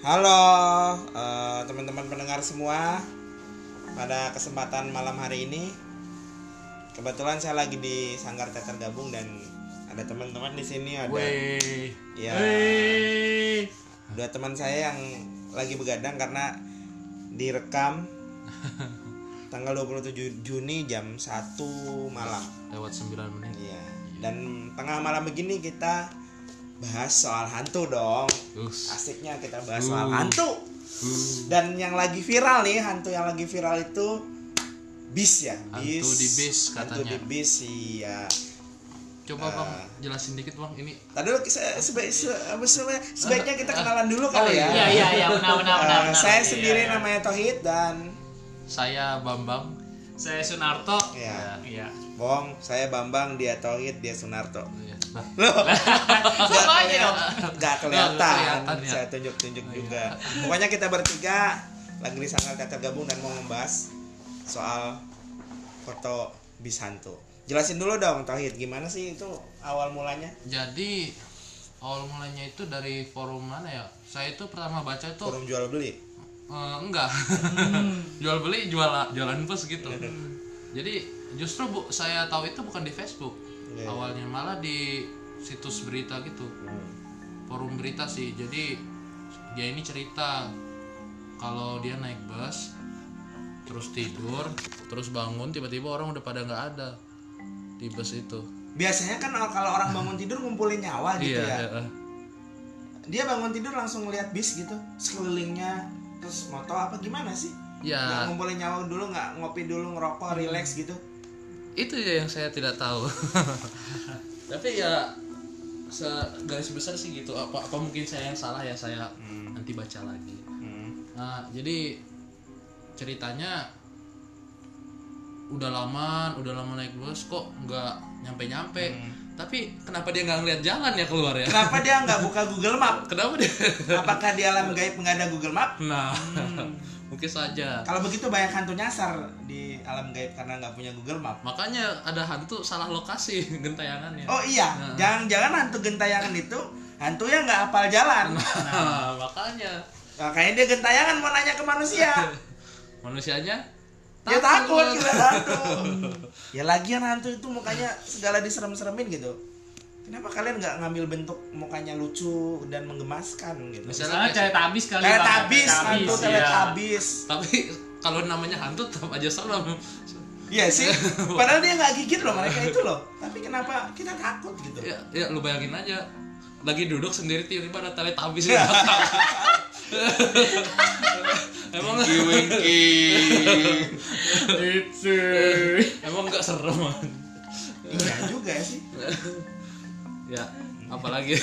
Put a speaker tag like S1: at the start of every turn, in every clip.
S1: Halo eh, teman-teman pendengar semua. Pada kesempatan malam hari ini kebetulan saya lagi di Sanggar Teater Gabung dan ada teman-teman di sini ada
S2: Weh.
S1: ya
S2: Weh.
S1: dua teman saya yang lagi begadang karena direkam tanggal 27 Juni jam 1 malam.
S2: Lewat 9 menit.
S1: Iya. Dan tengah malam begini kita bahas soal hantu dong.
S2: Us.
S1: Asiknya kita bahas
S3: Hmm.
S1: soal
S2: Uh.
S1: hantu.
S2: Uh.
S1: Dan yang lagi viral nih, hantu yang lagi viral itu bis ya,
S2: Hantu di bis
S1: Hantu di
S2: katanya.
S1: bis iya.
S2: Coba Bang jelasin dikit Bang ini.
S1: Tadi dulu se- sebe- se- apa sebenarnya- sebaiknya kita kenalan dulu kali ya.
S3: Iya iya iya benar benar
S1: Eh,
S3: benar. benar.
S1: saya
S3: Iya,
S1: sendiri
S3: iya.
S1: namanya Tohid dan
S2: Saya Bambang.
S3: Saya Sunarto.
S1: Iya.
S3: Iya.
S1: bohong, saya Bambang, dia Tohid, dia Sunarto.
S2: Ya. Nah,
S1: Gak
S3: Sama aja dong.
S1: kelihatan, gak
S2: Nggak
S1: kelihatan.
S2: kelihatan ya.
S1: Saya tunjuk-tunjuk juga. Pokoknya kita bertiga lagi di Sanggar Teater Gabung dan mau membahas soal foto bis hantu. Jelasin dulu dong Tauhid, gimana sih itu awal mulanya?
S2: Jadi awal mulanya itu dari forum mana ya? Saya itu pertama baca itu
S1: Forum jual beli.
S2: eh, enggak.
S1: Hmm.
S2: jual beli jual jualan bus gitu.
S1: Iya,
S2: Jadi justru Bu saya tahu itu bukan di Facebook.
S1: Iya. Hmm.
S2: Awalnya malah di situs berita gitu. forum berita sih jadi dia ini cerita kalau dia naik bus terus tidur terus bangun tiba-tiba orang udah pada nggak ada di bus itu Iya,
S1: Biasanya kan kalau orang bangun tidur ngumpulin nyawa gitu ya.
S2: heeh.
S1: Dia bangun tidur langsung lihat bis gitu, sekelilingnya terus moto apa gimana sih?
S2: ya
S1: Nggak ngumpulin nyawa dulu nggak ngopi dulu ngerokok
S2: Hmm.
S1: relax gitu.
S2: itu ya yang saya tidak tahu tapi ya se garis besar sih gitu apa apa mungkin saya yang salah ya saya
S1: Hmm.
S2: nanti baca lagi Nah, jadi ceritanya udah lama, udah lama naik bus kok nggak nyampe-nyampe. Tapi kenapa dia nggak ngeliat jalan ya keluar ya?
S1: Kenapa dia nggak buka Google Map?
S2: Kenapa dia?
S1: Apakah di alam gaib nggak ada Google Map?
S2: Nah, mungkin saja.
S1: Kalau begitu banyak hantu nyasar di alam gaib karena nggak punya Google Map.
S2: Makanya ada hantu salah lokasi gentayangannya.
S1: Oh iya, jangan-jangan hantu gentayangan itu hantunya nggak hafal jalan.
S2: Nah, makanya
S1: Makanya dia gentayangan mau nanya ke manusia.
S2: manusianya
S1: Dia takut
S2: gitu.
S1: kira hantu. Ya lagian hantu itu mukanya segala diserem-seremin gitu. Kenapa kalian nggak ngambil bentuk mukanya lucu dan menggemaskan gitu?
S2: Misalnya-
S3: Misalnya cewek tabis kali.
S1: Kayak
S3: Bang.
S1: tabis, hantu
S3: Iya.
S1: teletabis.
S2: Tapi kalau namanya hantu tetap aja serem.
S1: Iya sih. Padahal dia nggak gigit loh mereka itu loh. Tapi kenapa kita takut gitu?
S2: Ya, ya lu bayangin aja lagi duduk sendiri tiba-tiba ada teletabis di belakang. emang
S3: Itu.
S2: emang nggak serem man.
S1: Iya juga sih.
S2: ya apalagi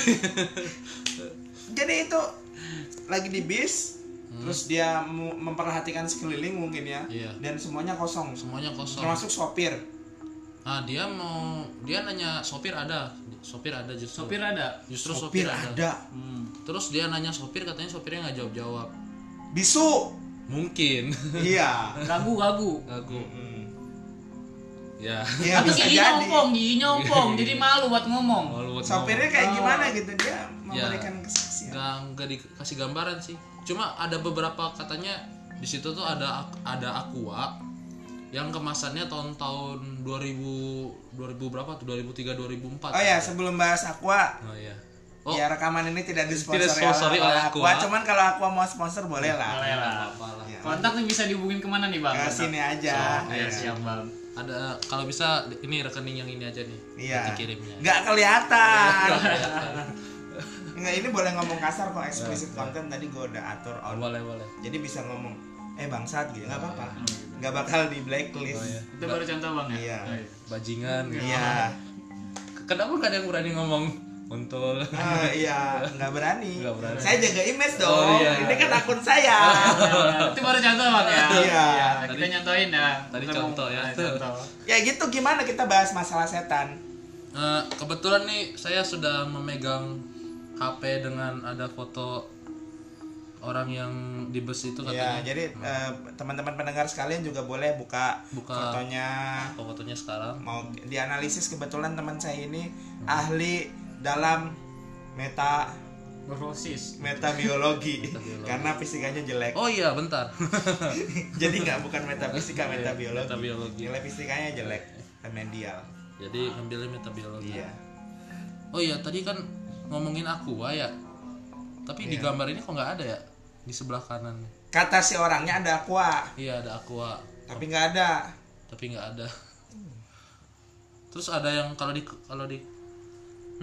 S1: Jadi itu lagi di bis, terus dia mu- memperhatikan sekeliling mungkin ya,
S2: Hmm. Iya.
S1: dan semuanya kosong,
S2: semuanya kosong
S1: termasuk sopir.
S2: nah dia mau dia nanya sopir ada sopir ada justru
S3: Sopir ada.
S2: justru sopir, ada.
S1: ada.
S3: Hmm.
S2: terus dia nanya sopir katanya sopirnya nggak jawab jawab
S1: Bisu.
S2: mungkin
S1: iya.
S3: Gagu gagu.
S2: aku
S1: Mm.
S2: ya
S1: Iya
S3: Tapi
S1: bisa
S3: giginya
S1: jadi.
S3: ompong, giginya ompong, jadi malu buat ngomong.
S2: Malu buat
S1: Sopirnya
S3: Oh.
S1: kayak gimana gitu dia
S2: Ya.
S1: memberikan kesaksian.
S2: nggak nggak dikasih gambaran sih cuma ada beberapa katanya di situ tuh ada ak- ada aqua yang kemasannya tahun-tahun 2000 2000 berapa tuh 2003 2004
S1: Oh ya sebelum bahas Aqua,
S2: oh iya oh
S1: ya rekaman ini tidak disponsori
S2: Tidak sponsori oleh Aqua.
S1: Cuman kalau Aqua mau sponsor boleh lah.
S3: Boleh lah.
S2: apa lah
S1: Ya.
S3: Kontak nih bisa dihubungin kemana nih
S1: Ke
S3: bang?
S1: sini aja.
S3: Oh,
S1: Iya.
S3: iya, siap bang.
S2: ada kalau bisa ini rekening yang ini aja nih
S1: Iya.
S2: nanti kirimnya
S1: Nggak kelihatan. Nggak ini boleh ngomong kasar kok eksplisit konten tadi gue udah atur on.
S2: boleh boleh
S1: Jadi bisa ngomong eh bangsat gitu nggak apa-apa. Nggak bakal di blacklist.
S2: iya. Oh, iya.
S3: Itu baru contoh bang ya.
S1: Iya.
S3: Oh, iya.
S2: bajingan gitu.
S1: Iya.
S2: kenapa nggak ada yang berani ngomong kontol
S1: Ah, iya, nggak berani.
S2: Oh, Nggak berani.
S1: Saya jaga image dong.
S2: Oh, iya.
S1: Ini kan akun saya.
S3: Iya, itu baru contoh bang ya.
S1: Iya.
S3: kita nyontoin ya.
S2: Tadi
S3: Kita mau-
S2: contoh ya.
S3: Nah, Contoh.
S1: ya gitu gimana kita bahas masalah setan?
S2: Eh, kebetulan nih saya sudah memegang HP dengan ada foto orang yang di bus itu
S1: Ya,
S2: katanya.
S1: jadi eh, teman-teman pendengar sekalian juga boleh buka,
S2: Buka.
S1: fotonya.
S2: Apa Oh, fotonya sekarang?
S1: Mau dianalisis kebetulan teman saya ini ahli dalam meta
S3: Neurosis.
S1: metabiologi
S2: Metabiologi.
S1: karena fisikanya jelek
S2: Oh iya, bentar.
S1: jadi nggak bukan metafisika metabiologi
S2: Iya, Metabiologi. Iya.
S1: nilai fisikanya jelek remedial
S2: Jadi ngambilnya metabiologi.
S1: iya
S2: Oh iya, tadi kan ngomongin aqua ya. Tapi di
S1: Iya.
S2: gambar ini kok nggak ada ya? Di sebelah kanan.
S1: kata si orangnya ada aqua
S2: Iya, ada aqua,
S1: tapi nggak ada
S2: tapi nggak ada. Terus ada yang kalau di kalau di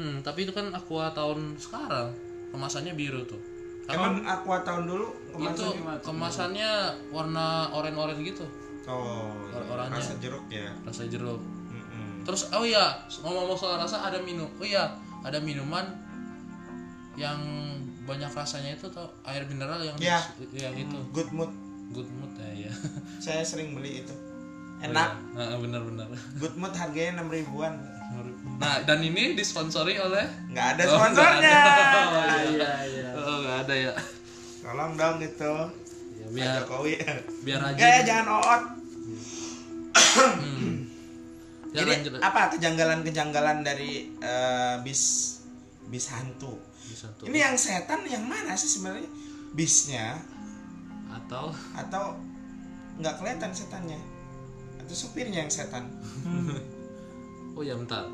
S2: Hmm, tapi itu kan aqua tahun sekarang. Kemasannya biru tuh. Karena
S1: emang aqua tahun dulu
S2: itu
S1: kemasan
S2: kemasannya warna oren-oren gitu,
S1: oh iya,
S2: Orang-orangnya.
S1: rasa jeruk ya
S2: rasa jeruk.
S1: Mm-mm.
S2: Terus oh iya, ngomong-ngomong soal rasa ada minum. Oh iya, ada minuman yang banyak rasanya itu tau air mineral yang
S1: Ya.
S2: yang itu
S1: good mood
S2: good mood ya ya.
S1: saya sering beli itu enak
S2: Nah, benar-benar.
S1: good mood harganya enam ribuan
S2: Nah, dan ini disponsori oleh
S1: nggak ada
S2: Oh, nggak
S1: sponsornya
S2: ada.
S3: Iya, iya.
S2: Oh, nggak ada ya.
S1: tolong dong itu
S2: Ya,
S1: Pak
S2: biar
S1: Jokowi
S2: biar
S1: Nggak ya
S2: aja.
S1: jangan oot
S2: Hmm. Ya,
S1: jadi
S2: lanjut.
S1: apa kejanggalan-kejanggalan dari eh, bis bis hantu
S2: Bisa tuh.
S1: ini yang setan yang mana sih sebenarnya bisnya
S2: Atau
S1: atau nggak kelihatan setannya atau supirnya yang setan
S2: oh ya bentar.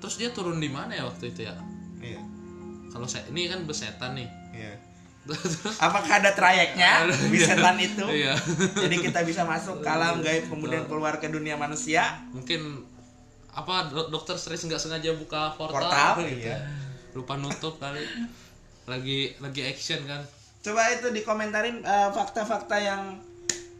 S2: Terus dia turun di mana ya waktu itu ya?
S1: iya
S2: Kalau saya ini kan besetan nih.
S1: iya
S2: Terus
S1: apakah ada trayeknya bis setan itu
S2: iya.
S1: jadi kita bisa masuk ke alam gaib kemudian keluar ke dunia manusia
S2: mungkin apa do- dokter stres nggak sengaja buka portal,
S1: Portal,
S2: gitu.
S1: iya.
S2: lupa nutup kali lagi lagi action kan
S1: coba itu dikomentarin eh, fakta-fakta yang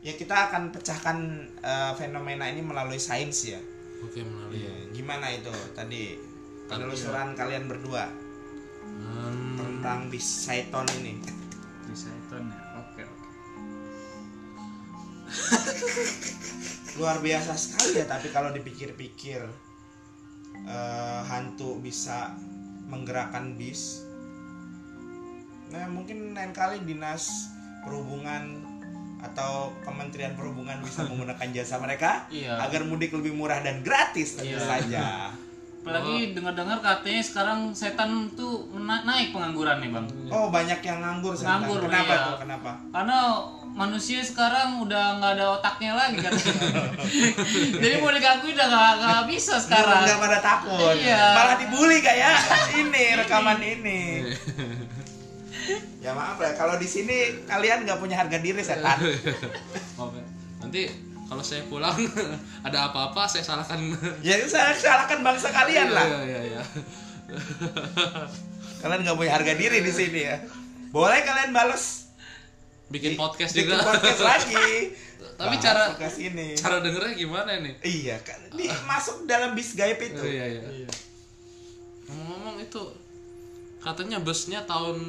S1: ya kita akan pecahkan eh, fenomena ini melalui sains ya
S2: oke menarik
S1: gimana itu tadi penelusuran kalian berdua
S2: Hmm,
S1: tentang bis setan ini
S3: Tricyton ya. Oke, oke.
S1: luar biasa sekali ya tapi kalau dipikir-pikir eh, hantu bisa menggerakkan bis nah mungkin lain kali dinas perhubungan atau kementerian perhubungan bisa menggunakan jasa mereka
S3: Iya.
S1: agar mudik lebih murah dan gratis tentu
S3: Iya.
S1: saja
S2: Oh.
S3: Apalagi dengar-dengar katanya sekarang setan tuh mena- naik pengangguran nih, Bang.
S1: oh banyak yang nganggur sekarang.
S3: Nganggur,
S1: kenapa
S3: iya.
S1: tuh kenapa
S3: Karena manusia sekarang udah nggak ada otaknya lagi katanya. Jadi mau digangguin udah nggak nggak bisa sekarang.
S1: Iya, nggak pada takut
S3: Iya.
S1: malah dibully kayak ini rekaman ini ya maaf ya kalau di sini kalian nggak punya harga diri setan
S2: oke. ya. nanti kalau saya pulang ada apa-apa saya salahkan
S1: ya saya salahkan bangsa kalian lah
S2: Iya, iya, iya.
S1: kalian nggak punya harga diri di sini ya boleh kalian balas
S2: bikin podcast
S1: bikin
S2: juga
S1: podcast lagi
S2: Tapi
S1: Bahas
S2: cara-
S1: podcast ini
S2: cara dengernya gimana ini
S1: iya kan di, masuk dalam bis gaib
S2: Oh,
S1: itu
S2: iya, iya. ngomong-ngomong itu katanya busnya tahun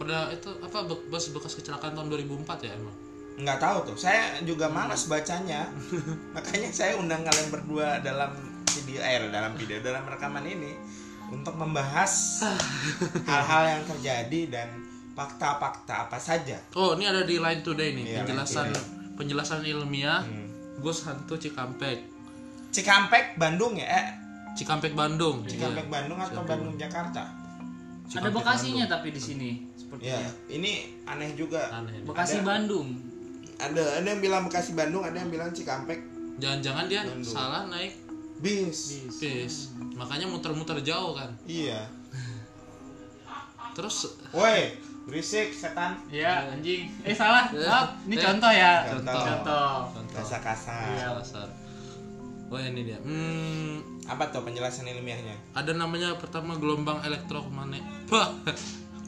S2: pernah itu apa be- bus bekas kecelakaan tahun 2004 ya emang
S1: nggak tahu tuh saya juga malas bacanya makanya saya undang kalian berdua dalam video eh dalam video dalam rekaman ini untuk membahas hal-hal yang terjadi dan fakta-fakta apa saja
S2: Oh, ini ada di Line Today nih,
S1: Iya,
S2: penjelasan
S1: Line
S2: penjelasan ilmiah
S1: Hmm.
S2: Ghost Hantu Cikampek.
S1: Cikampek Bandung ya eh,
S2: Cikampek Bandung.
S1: Cikampek
S2: iya.
S1: Bandung atau Bandung Jakarta
S2: Cikampek
S3: ada Bekasinya tapi di sini
S1: ya
S3: sepertinya.
S1: ini aneh juga
S2: Aneh.
S3: Bekasi
S1: Ada.
S3: Bandung.
S1: ada ada yang bilang Bekasi Bandung ada yang bilang Cikampek
S2: Jangan-jangan dia
S1: Bandung.
S2: salah naik
S1: bis
S2: bis. Makanya muter-muter jauh kan.
S1: iya
S2: Terus
S1: woi berisik setan
S3: Ya anjing. Eh salah.
S2: Eh.
S3: Maaf. Ini contoh ya.
S1: Contoh. Iya.
S3: Contoh.
S2: contoh
S1: kasar kasar
S2: kasar. Iya, Oh, ini dia. Hmm,
S1: apa tuh penjelasan ilmiahnya
S2: ada namanya pertama gelombang elektromagnet. Wah,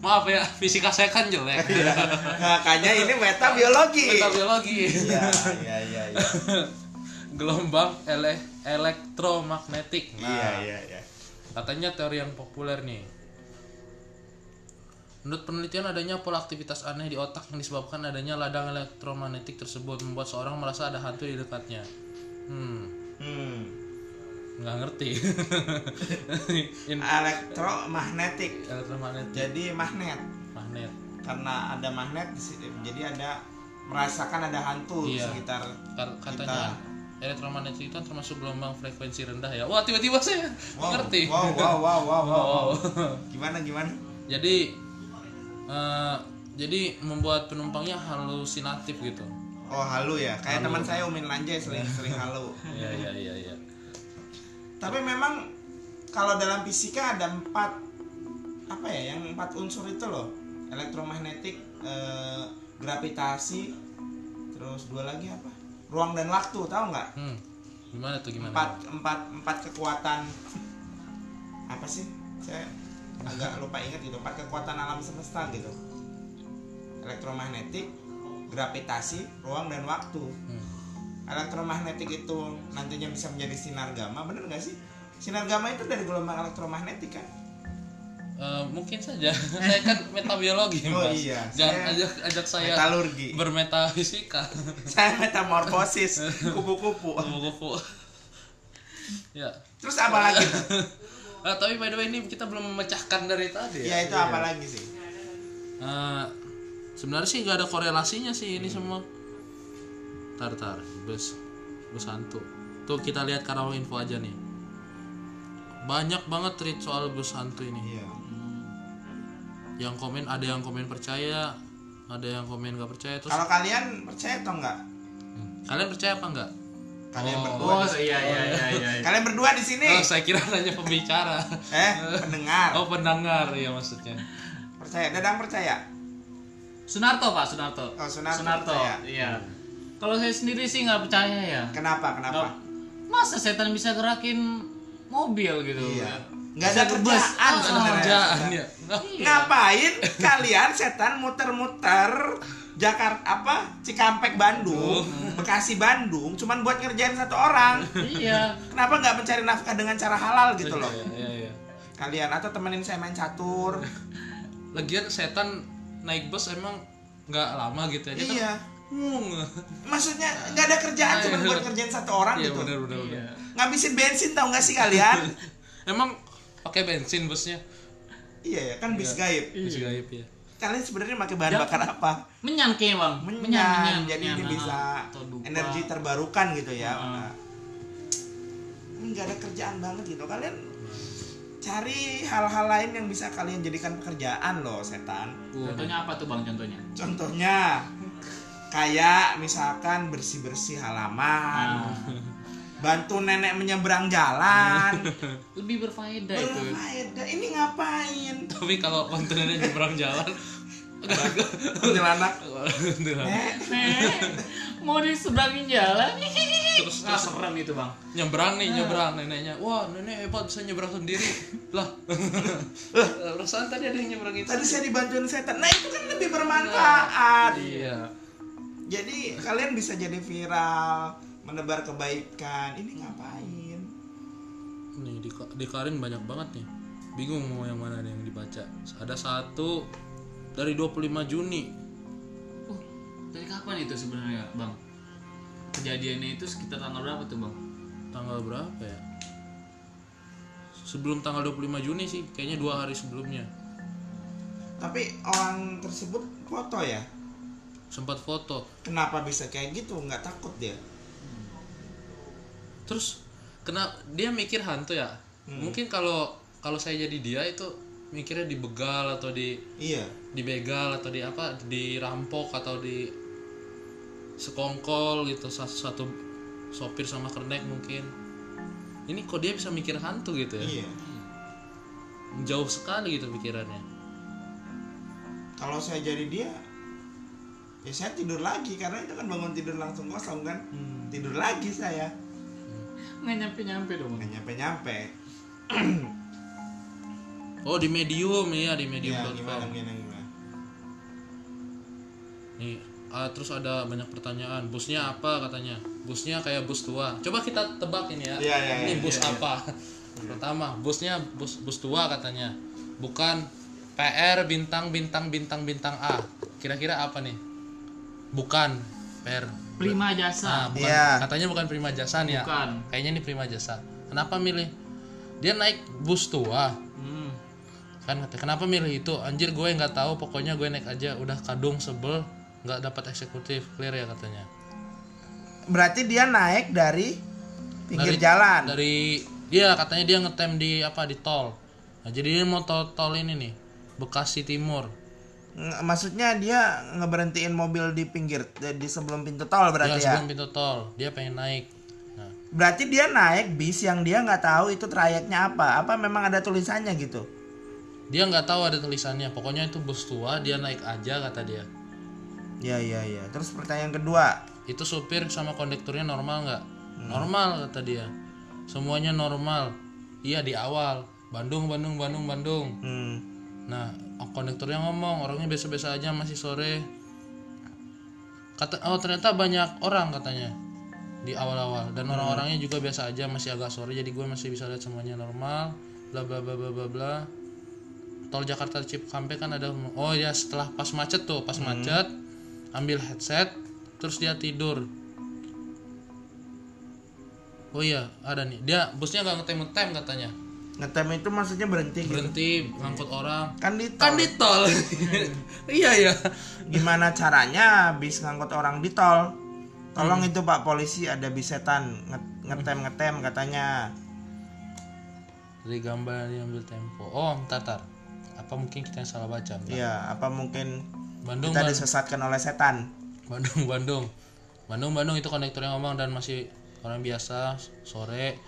S2: Maaf ya, fisika saya kan jelek.
S1: Iya.
S2: ya,
S1: makanya ini meta biologi
S2: Kita biologi.
S1: iya iya iya iya
S2: Gelombang ele- elektromagnetik.
S1: iya iya iya
S2: Katanya teori yang populer nih. Menurut penelitian adanya pola aktivitas aneh di otak yang disebabkan adanya ladang elektromagnetik tersebut membuat seorang merasa ada hantu di dekatnya. Hmm,
S1: hmm
S2: nggak ngerti. In-
S1: elektromagnetik
S2: elektromagnetik
S1: jadi magnet
S2: magnet.
S1: karena ada magnet di situ, jadi ada merasakan ada hantu di
S2: Iya.
S1: sekitar
S2: Kar- katanya elektromagnetik itu termasuk gelombang frekuensi rendah ya. Wah, tiba-tiba saya
S1: wow,
S2: ngerti.
S1: wow wow wow wow wow, wow.
S2: Wow.
S1: gimana gimana
S2: jadi eh, jadi membuat penumpangnya halusinatif gitu
S1: Oh halu ya, kayak teman saya Umin Lanjai sering sering halu.
S2: iya iya iya iya
S1: Tapi memang kalau dalam fisika ada empat apa ya yang empat unsur itu loh, elektromagnetik, eh, gravitasi, terus dua lagi apa? Ruang dan waktu, tahu nggak?
S2: hmm. gimana tuh gimana
S1: Empat empat empat kekuatan apa sih? Saya agak lupa ingat gitu. Empat kekuatan alam semesta gitu. Elektromagnetik, gravitasi, ruang dan waktu.
S2: Hmm.
S1: elektromagnetik itu nantinya bisa menjadi sinar gamma bener nggak sih sinar gamma itu dari gelombang elektromagnetik kan
S2: Eh, mungkin saja saya kan metabiologi
S1: Oh
S2: mas
S1: iya, saya-
S2: jangan ajak ajak saya
S1: metalurgi
S2: bermetafisika
S1: saya metamorfosis kupu-kupu
S2: kupu-kupu ya
S1: terus apa lagi tuh?
S2: Ah, tapi by the way ini kita belum memecahkan dari tadi
S1: ya
S2: ya
S1: itu apa lagi sih
S2: Eh, sebenarnya sih nggak ada korelasinya sih
S1: Hmm.
S2: ini semua tar tar bus bus hantu tuh kita lihat karawang info aja nih banyak banget tweet soal bus hantu ini
S1: iya
S2: yang komen ada yang komen percaya ada yang komen gak percaya terus Hmm.
S1: kalau kalian percaya atau enggak
S2: kalian percaya apa enggak
S1: kalian
S2: Oh.
S1: berdua
S3: Oh iya iya iya iya.
S1: kalian berdua di sini
S2: oh, saya kira nanya pembicara
S1: eh pendengar
S2: oh pendengar ya maksudnya
S1: percaya dadang percaya
S3: Sunarto Pak Sunarto.
S1: Oh, Sunarto percaya.
S3: Iya. Kalau saya sendiri sih nggak percaya ya.
S1: kenapa kenapa
S3: Masa setan bisa gerakin mobil gitu?
S1: iya nggak ada
S3: Bisa ke bus.
S1: kerjaan
S3: Oh,
S1: sebenarnya
S2: kerjaan ya
S1: Ngapain kalian setan muter-muter Jakarta apa Cikampek Bandung, Bekasi Bandung, cuman buat ngerjain satu orang.
S3: Iya.
S1: Kenapa nggak mencari nafkah dengan cara halal gitu loh?
S2: Iya, iya, iya.
S1: Kalian atau temenin saya main catur.
S2: lagian setan naik bus emang nggak lama gitu ya Dia kan-
S1: iya.
S2: Hmm.
S1: Maksudnya nggak ada kerjaan cuman buat ngerjain satu orang
S2: Iya
S1: gitu.
S2: benar benar benar.
S1: Ngabisin bensin tau nggak sih kalian?
S2: Emang pakai bensin busnya?
S1: iya ya, kan bis gaib.
S2: Bus gaib ya.
S1: Kalian sebenarnya pakai bahan bakar apa?
S3: Menyan kayaknya bang.
S1: menyan jadi ini bisa
S3: Atau dupa.
S1: energi terbarukan gitu ya
S3: Heeh.
S1: Nah, ini nggak ada kerjaan banget gitu kalian cari hal-hal lain yang bisa kalian jadikan pekerjaan loh setan
S3: Contohnya apa tuh bang? Contohnya?
S1: contohnya kayak misalkan bersih-bersih
S3: Ah.
S1: halaman bantu nenek menyeberang jalan
S3: Lebih berfaedah itu.
S1: berfaedah ini ngapain
S2: Tapi kalau kontennya nyebrang jalan
S1: kuntilanak eh
S3: Nih, mau diseberangin jalan?
S2: terus
S3: Nah,
S2: terus
S3: serem itu bang.
S2: nyebrang nih nyebrang neneknya. Wah, nenek hebat bisa nyebrang sendiri. Lah. Perasaan tadi ada yang nyebrang itu.
S1: tadi saya dibantuin setan nah itu kan lebih bermanfaat
S2: Iya.
S1: Jadi kalian bisa jadi viral, menebar kebaikan. Ini ngapain?
S2: Nih di, di Karin banyak banget nih. Bingung mau yang mana nih yang dibaca. Ada satu dari 25 Juni
S3: Uh, dari kapan itu sebenarnya bang? Kejadiannya itu sekitar tanggal berapa tuh bang?
S2: tanggal berapa ya? Sebelum tanggal 25 Juni sih, kayaknya dua hari sebelumnya.
S1: Tapi orang tersebut foto ya.
S2: Sempat foto.
S1: Kenapa bisa kayak gitu? Nggak takut dia?
S2: Terus kena dia mikir hantu ya?
S3: Hmm.
S2: Mungkin kalau kalau saya jadi dia itu mikirnya dibegal atau di
S1: Iya.
S2: dibegal atau di apa dirampok atau di sekongkol gitu satu, satu sopir sama kernek mungkin ini kok dia bisa mikir hantu gitu ya
S1: Iya.
S2: jauh sekali gitu pikirannya
S1: Kalau saya jadi dia, ya saya tidur lagi karena itu kan bangun tidur langsung kosong kan.
S2: Hmm.
S1: Tidur lagi saya.
S3: Nggak nyampe nyampe dong.
S1: Nggak nyampe-nyampe.
S2: oh di medium ya di
S1: Ya
S2: medium.com
S1: gimana gimana gimana.
S2: Nih, ah, terus ada banyak pertanyaan. Busnya apa katanya? Busnya kayak bus tua. Coba kita tebak ini ya.
S1: Iya, iya,
S2: ini
S1: iya,
S2: bus apa? Pertama, busnya bus bus tua katanya. Bukan PR bintang bintang bintang bintang A. Kira-kira apa nih? Bukan PR. Nah,
S3: Prima jasa.
S2: bukan,
S1: Iya.
S2: katanya bukan Prima Jasa nih ya.
S3: Bukan.
S2: Kayaknya ini Prima Jasa. Kenapa milih? Dia naik bus tua
S3: Hmm.
S2: kan kata, kenapa milih itu anjir gue nggak tahu pokoknya gue naik aja udah kadung sebel nggak dapat eksekutif clear ya katanya
S1: Berarti dia naik dari pinggir
S2: Dari- iya,
S1: jalan.
S2: dari dia katanya dia ngetem di apa di tol nah, jadi dia mau tol tol ini nih Bekasi Timur.
S1: Ng- Maksudnya dia ngeberhentiin mobil di pinggir di di sebelum pintu tol
S2: Ya,
S1: berarti ya.
S2: sebelum pintu tol, dia pengen naik. Nah,
S1: Berarti dia naik bis yang dia nggak tahu itu trayeknya apa. Apa memang ada tulisannya gitu?
S2: dia nggak tahu ada tulisannya. Pokoknya itu bus tua, dia naik aja kata dia.
S1: Ya ya ya. Terus pertanyaan kedua.
S2: Itu supir sama kondekturnya normal nggak?
S1: Hmm.
S2: Normal kata dia. Semuanya normal. Iya di awal. Bandung, Bandung, Bandung, Bandung.
S1: Hmm.
S2: Nah, kondekturnya ngomong, orangnya biasa-biasa aja masih sore. Kata oh ternyata banyak orang katanya di awal-awal dan orang-orangnya juga biasa aja masih agak sore jadi gue masih bisa lihat semuanya normal bla bla bla bla bla bla tol Jakarta Cikampek kan ada oh ya setelah pas macet tuh pas macet ambil headset terus dia tidur oh iya ada nih dia busnya nggak ngetem ngetem katanya
S1: Ngetem itu maksudnya berhenti. gitu.
S2: berhenti ngangkut orang
S1: Kan di tol.
S2: kan di tol iya ya
S1: Gimana caranya bis ngangkut orang di tol?
S2: Hmm.
S1: Tolong itu Pak polisi ada bis setan nge- ngetem-ngetem katanya.
S2: dari gambar yang diambil tempo oh tatar apa mungkin kita yang salah baca Bentar.
S1: Iya, apa mungkin
S2: Bandung
S1: kita
S2: Ban-
S1: disesatkan oleh setan?
S2: Bandung Bandung Bandung Bandung itu kondektornya ngomong dan masih orang biasa sore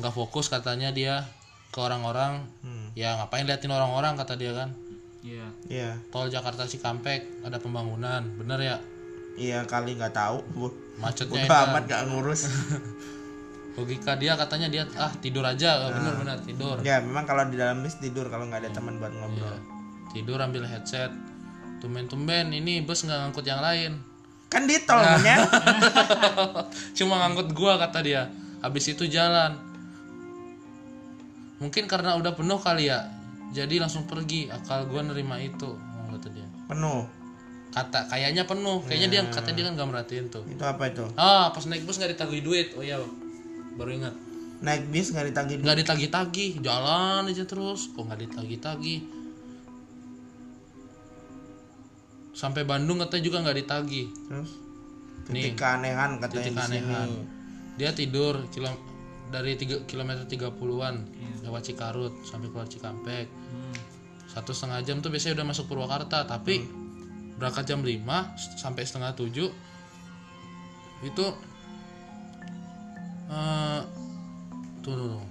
S2: nggak fokus katanya dia ke orang-orang
S1: Hmm.
S2: ya ngapain liatin orang-orang kata dia kan
S3: Iya.
S1: Iya.
S2: tol Jakarta Cikampek ada pembangunan bener ya
S1: Iya kali nggak tahu. Bu.
S2: macetnya
S1: Udah
S2: edan.
S1: amat nggak ngurus.
S2: logika dia katanya dia ah tidur aja bener-bener tidur
S1: ya memang kalau di dalam bis tidur kalau nggak ada teman buat ngobrol.
S2: Iya. tidur ambil headset tumben-tumben ini bus nggak ngangkut yang lain
S1: Kan di tol monyet.
S2: cuma ngangkut gua kata dia habis itu jalan mungkin karena udah penuh kali ya jadi langsung pergi akal gua nerima itu oh, kata dia
S1: penuh.
S2: kata kayaknya penuh kayaknya dia katanya dia kan gak merhatiin tuh
S1: Itu apa itu?
S2: ah pas naik bus nggak ditagih duit oh iya baru ingat
S1: Naik bis nggak ditagih duit.
S2: nggak ditagih-tagih jalan aja terus kok nggak ditagih-tagih sampai Bandung katanya juga nggak ditagih
S1: Terus
S2: Nih.
S1: titik keanehan katanya di
S2: titik
S1: sini.
S2: keanehan. Dia tidur kilo, dari 3 kilometer 30-an
S1: Iya.
S2: lewat Cikarut sampai keluar Cikampek.
S1: Hmm.
S2: Satu setengah jam tuh biasanya udah masuk Purwakarta, tapi
S1: Hmm.
S2: berangkat jam 5 s- sampai setengah 7 itu eh tuh, tuh, tuh.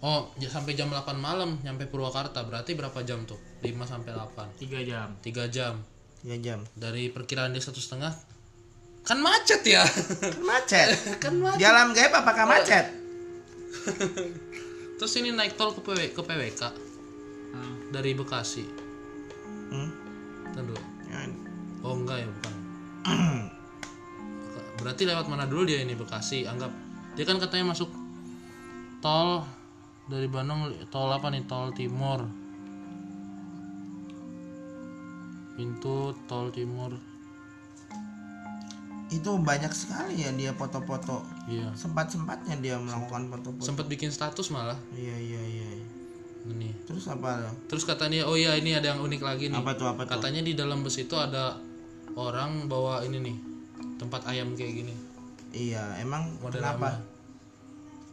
S2: Oh, ya sampai jam 8 malam nyampe Purwakarta. Berarti berapa jam tuh? 5 sampai 8.
S3: Tiga jam.
S2: 3 jam.
S1: Tiga jam.
S2: Dari perkiraan dia satu setengah kan macet ya.
S1: Kan macet.
S2: kan macet.
S1: di alam gaib apakah macet?
S2: Terus ini naik tol ke, PW, ke PWK
S3: Ah.
S2: dari Bekasi.
S1: Hmm.
S2: Tunggu. Oh enggak ya bukan. Beka- Berarti lewat mana dulu dia ini Bekasi? Anggap dia kan katanya masuk tol dari Bandung tol apa nih tol timur pintu tol timur
S1: Itu banyak sekali ya dia foto-foto.
S2: iya
S1: Sempat-sempatnya dia melakukan foto-foto.
S2: sempat bikin status malah
S1: Iya iya iya.
S2: ini
S1: Terus apa lo?
S2: terus katanya oh iya ini ada yang unik lagi nih
S1: Apa tuh apa tuh?
S2: katanya di dalam bus itu ada orang bawa ini nih tempat ayam kayak gini
S1: Iya, emang
S2: model
S1: kenapa?
S2: lama.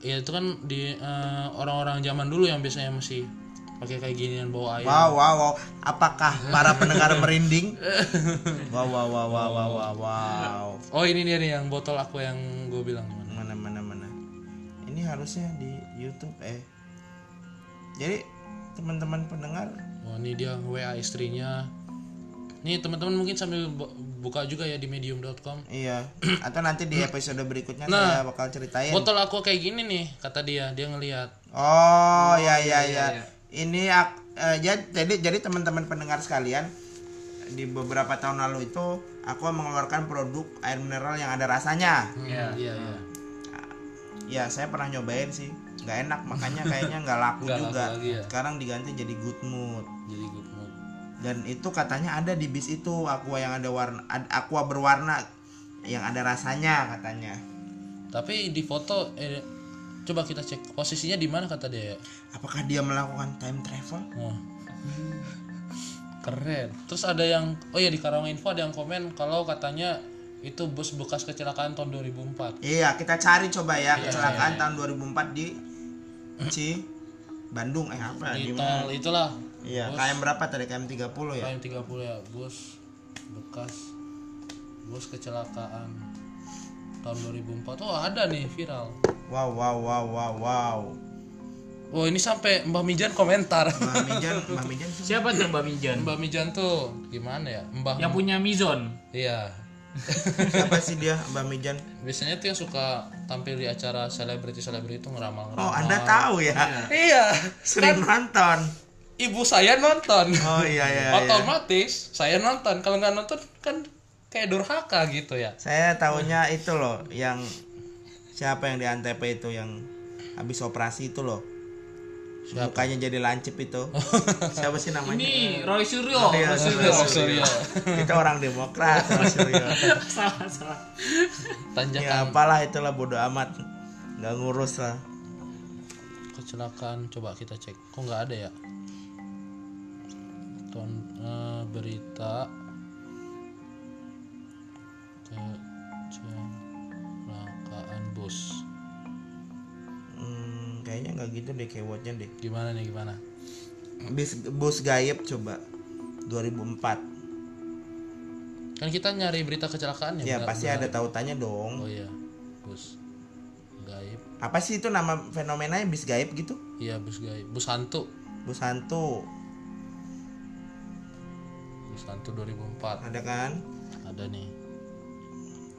S2: ya itu kan di eh, orang-orang zaman dulu yang biasanya masih pakai kayak ginian bawa ayam
S1: Wow, wow, wow. Apakah para pendengar merinding? Wow, wow, wow, wow, wow, wow, wow.
S2: oh ini dia nih yang botol aku yang gue bilang
S1: Mana,
S2: mana
S1: mana, mana. Ini harusnya di YouTube, eh. Jadi teman-teman pendengar,
S2: oh ini dia wa istrinya nih teman-teman mungkin sambil bu- buka juga ya di medium.com
S1: iya. Atau nanti di episode berikutnya
S2: Nah.
S1: saya bakal ceritain.
S2: botol aku kayak gini nih kata dia dia ngelihat
S1: Oh,
S2: iya,
S1: ya, ya, ya. Ini ak- eh, jad- jadi jadi teman-teman pendengar sekalian di beberapa tahun lalu itu aku mengeluarkan produk air mineral yang ada rasanya.
S2: Hmm, iya iya
S1: ya saya pernah nyobain sih nggak enak makanya kayaknya nggak laku
S2: Nggak laku
S1: juga
S2: lagi ya.
S1: sekarang diganti jadi good mood
S2: jadi good mood
S1: dan itu katanya ada di bis itu aqua yang ada warna ad- aqua berwarna yang ada rasanya katanya
S2: tapi di foto eh, coba kita cek posisinya di mana kata dia ya?
S1: apakah dia melakukan time travel
S2: Wah. Nah. Keren. Terus ada yang oh ya di Karawang Info ada yang komen kalau katanya itu bus bekas kecelakaan tahun 2004.
S1: iya kita cari coba ya kecelakaan tahun 2004 di Ci Bandung eh apa di
S2: di tol
S1: mana?
S2: itulah
S1: Iya,
S2: Bos.
S1: KM berapa tadi? KM 30 ya?
S2: KM 30 ya bos bekas bos kecelakaan tahun 2004 oh ada nih viral
S1: Wow, wow, wow, wow, wow.
S2: oh ini sampai Mbak Mijan komentar
S1: Mbak Mijan, Mbak Mijan tuh
S3: Siapa tuh Mbak Minjan?
S2: Mbak Mijan tuh gimana ya Mbak
S3: Yang punya Mizon.
S2: iya
S1: siapa sih dia Mbak Mijan?
S2: biasanya tuh yang suka tampil di acara selebriti selebriti itu
S1: Oh,
S2: ngeramal-ngeramal
S1: Anda tahu ya?
S2: iya
S1: Sering nonton.
S2: ibu saya nonton
S1: Oh iya iya. iya.
S2: otomatis saya nonton kalau nggak nonton kan kayak durhaka gitu ya
S1: Saya tahunya itu loh yang siapa yang di Antep itu yang habis operasi itu loh.
S2: Siapa?
S1: Mukanya jadi lancip itu. siapa sih namanya?
S3: Ini Roy Suryo.
S1: Iya,
S3: Roy Suryo.
S1: Suryo. Kita orang demokrat, Mas Suryo.
S3: salah salah.
S1: Ya
S2: tanjakan
S1: apalah itulah bodo amat. Nggak ngurus lah.
S2: kecelakaan coba kita cek kok nggak ada ya ton eh, berita kecelakaan bus
S1: Hmm, kayaknya nggak gitu deh keywordnya deh.
S2: gimana nih gimana
S1: Bis, bus gayeb coba 2004.
S2: kan kita nyari berita kecelakaan
S1: Ya
S2: ya nggak-
S1: pasti
S2: nggak-
S1: ada tautannya dong.
S2: oh iya bus gaib
S1: Apa sih itu nama fenomenanya bis gaib gitu?
S2: iya bus gaib bus hantu
S1: Bus hantu
S2: bus hantu 2004
S1: ada kan?
S2: ada nih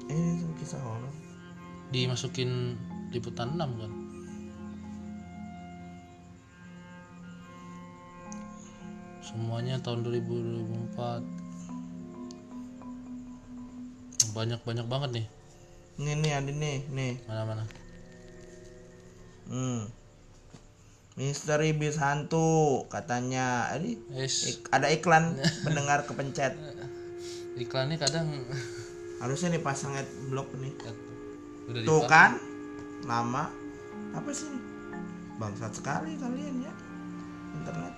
S1: Eh, itu kisah horor.
S2: dimasukin liputan 6 kan semuanya tahun 2004 banyak banyak banget nih
S1: Nih nih ada nih nih.
S2: mana mana
S1: Hmm. Misteri bis hantu katanya. Ini
S2: es
S1: ik- ada iklan pendengar kepencet.
S2: iklannya kadang
S1: Harusnya dipasang adblock nih.
S2: udah
S1: Tuh
S2: dipak-
S1: kan? Nama apa sih? ini? Bangsat sekali kalian ya. Internet.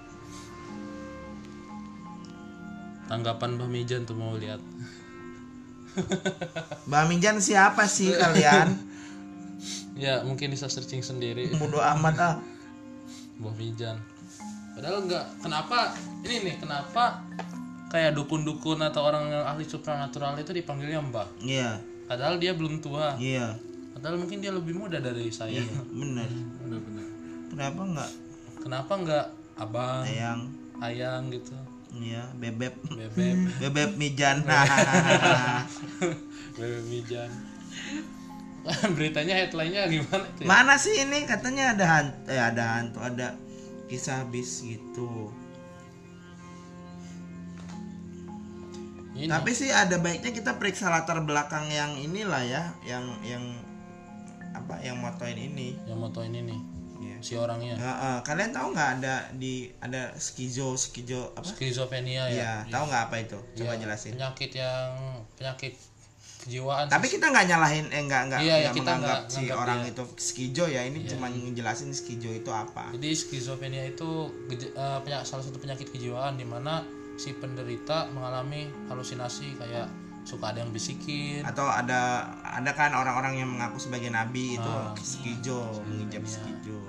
S2: tanggapan Mbah Mijan tuh mau lihat
S1: Mbak Mijan siapa sih kalian?
S2: ya mungkin bisa searching sendiri
S1: Bodoh amat ah.
S2: Mbah Mijan padahal enggak kenapa ini nih kenapa kayak dukun-dukun atau orang yang ahli supranatural itu dipanggilnya Mbah
S1: Iya,
S2: Padahal dia belum tua.
S1: iya.
S2: Padahal mungkin dia lebih muda dari saya.
S1: Bener.
S2: Bener-bener.
S1: Kenapa nggak
S2: Kenapa nggak abang,
S1: sayang?
S2: ayang gitu,
S1: Iya, bebek.
S2: bebek,
S1: Bebek Mijan.
S2: Iya. bebek mijan? Beritanya headline-nya gimana tuh? ya?
S1: Mana sih ini katanya ada hantu, eh, ada hantu, ada kisah bis gitu.
S2: Ini.
S1: Tapi sih ada baiknya kita periksa latar belakang yang inilah ya, yang yang apa yang motoin ini.
S2: Yang moto ini nih,
S1: Iya.
S2: si orangnya.
S1: Nah, eh, kalian tahu nggak ada di ada skizo skizo apa?
S2: Skizofrenia ya.
S1: Iya, tahu nggak apa itu? Coba
S2: Iya,
S1: jelasin.
S2: Penyakit yang penyakit kejiwaan.
S1: Tapi kita nggak nyalahin, eh nggak nggak
S2: Iya, ya,
S1: nggak
S2: kita
S1: menganggap
S2: nggak Iya.
S1: si
S2: nganggap
S1: orang
S2: dia.
S1: itu skizo ya. Ini cuma ngejelasin skizo itu apa.
S2: Jadi skizofrenia itu geje- eh, penya- salah satu penyakit kejiwaan di mana si penderita mengalami halusinasi kayak suka ada yang bisikin,
S1: Atau ada ada kan orang-orang yang mengaku sebagai nabi itu
S2: Ah.
S1: skizo, menghijab
S3: Iya.
S1: skizo.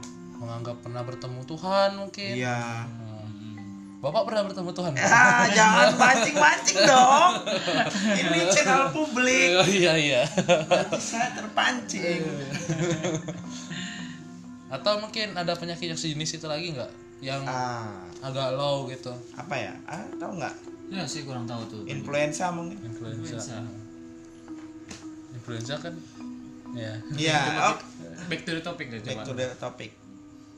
S2: menganggap pernah bertemu Tuhan mungkin. Hmm.
S1: Iya.
S2: Bapak pernah bertemu Tuhan? Pak?
S1: Ah, jangan mancing-mancing dong. Ini channel publik.
S2: oh iya iya.
S1: Nanti saya terpancing.
S3: Iya.
S2: Atau mungkin ada penyakit yang sejenis itu lagi nggak? Yang
S1: Ah,
S2: agak low gitu,
S1: apa ya? Ah, tahu nggak?
S3: Ya sih kurang tahu tuh.
S1: Iya. Influenza mungkin.
S2: influenza. Hmm.
S3: Influenza.
S2: Influenza kan? Ya.
S1: Iya. oke.
S3: Back to the topic deh
S1: Back to
S3: coba. Iya.
S1: the topic.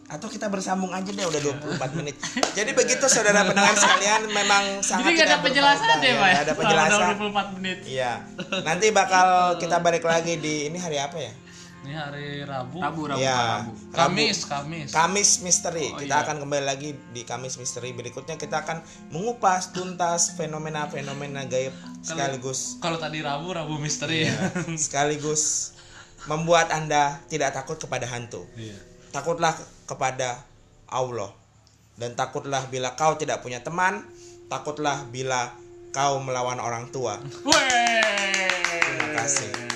S1: Atau kita bersambung aja deh udah 24 menit. Jadi begitu saudara pendengar sekalian memang sangat
S3: Jadi nggak ada
S1: tidak
S3: penjelasan
S1: berfaedah,
S3: deh,
S1: ya,
S3: Pak.
S1: nggak ada penjelasan.
S3: Selama 24 menit.
S1: Iya. Nanti bakal kita balik lagi di ini hari apa ya?
S2: Ini hari Rabu.
S3: Rabu, Rabu,
S1: Iya.
S3: Rabu.
S2: Kamis, Kamis.
S1: Kamis Misteri.
S3: Oh,
S1: kita
S3: iya.
S1: akan kembali lagi di Kamis Misteri berikutnya kita akan mengupas tuntas fenomena-fenomena gaib sekaligus
S2: Kalau tadi Rabu, Rabu misteri.
S3: Iya.
S1: sekaligus membuat Anda tidak takut kepada hantu.
S2: Iya.
S1: Takutlah kepada Allah. Dan takutlah bila kau tidak punya teman, takutlah bila kau melawan orang tua.
S3: Weh.
S1: Terima kasih.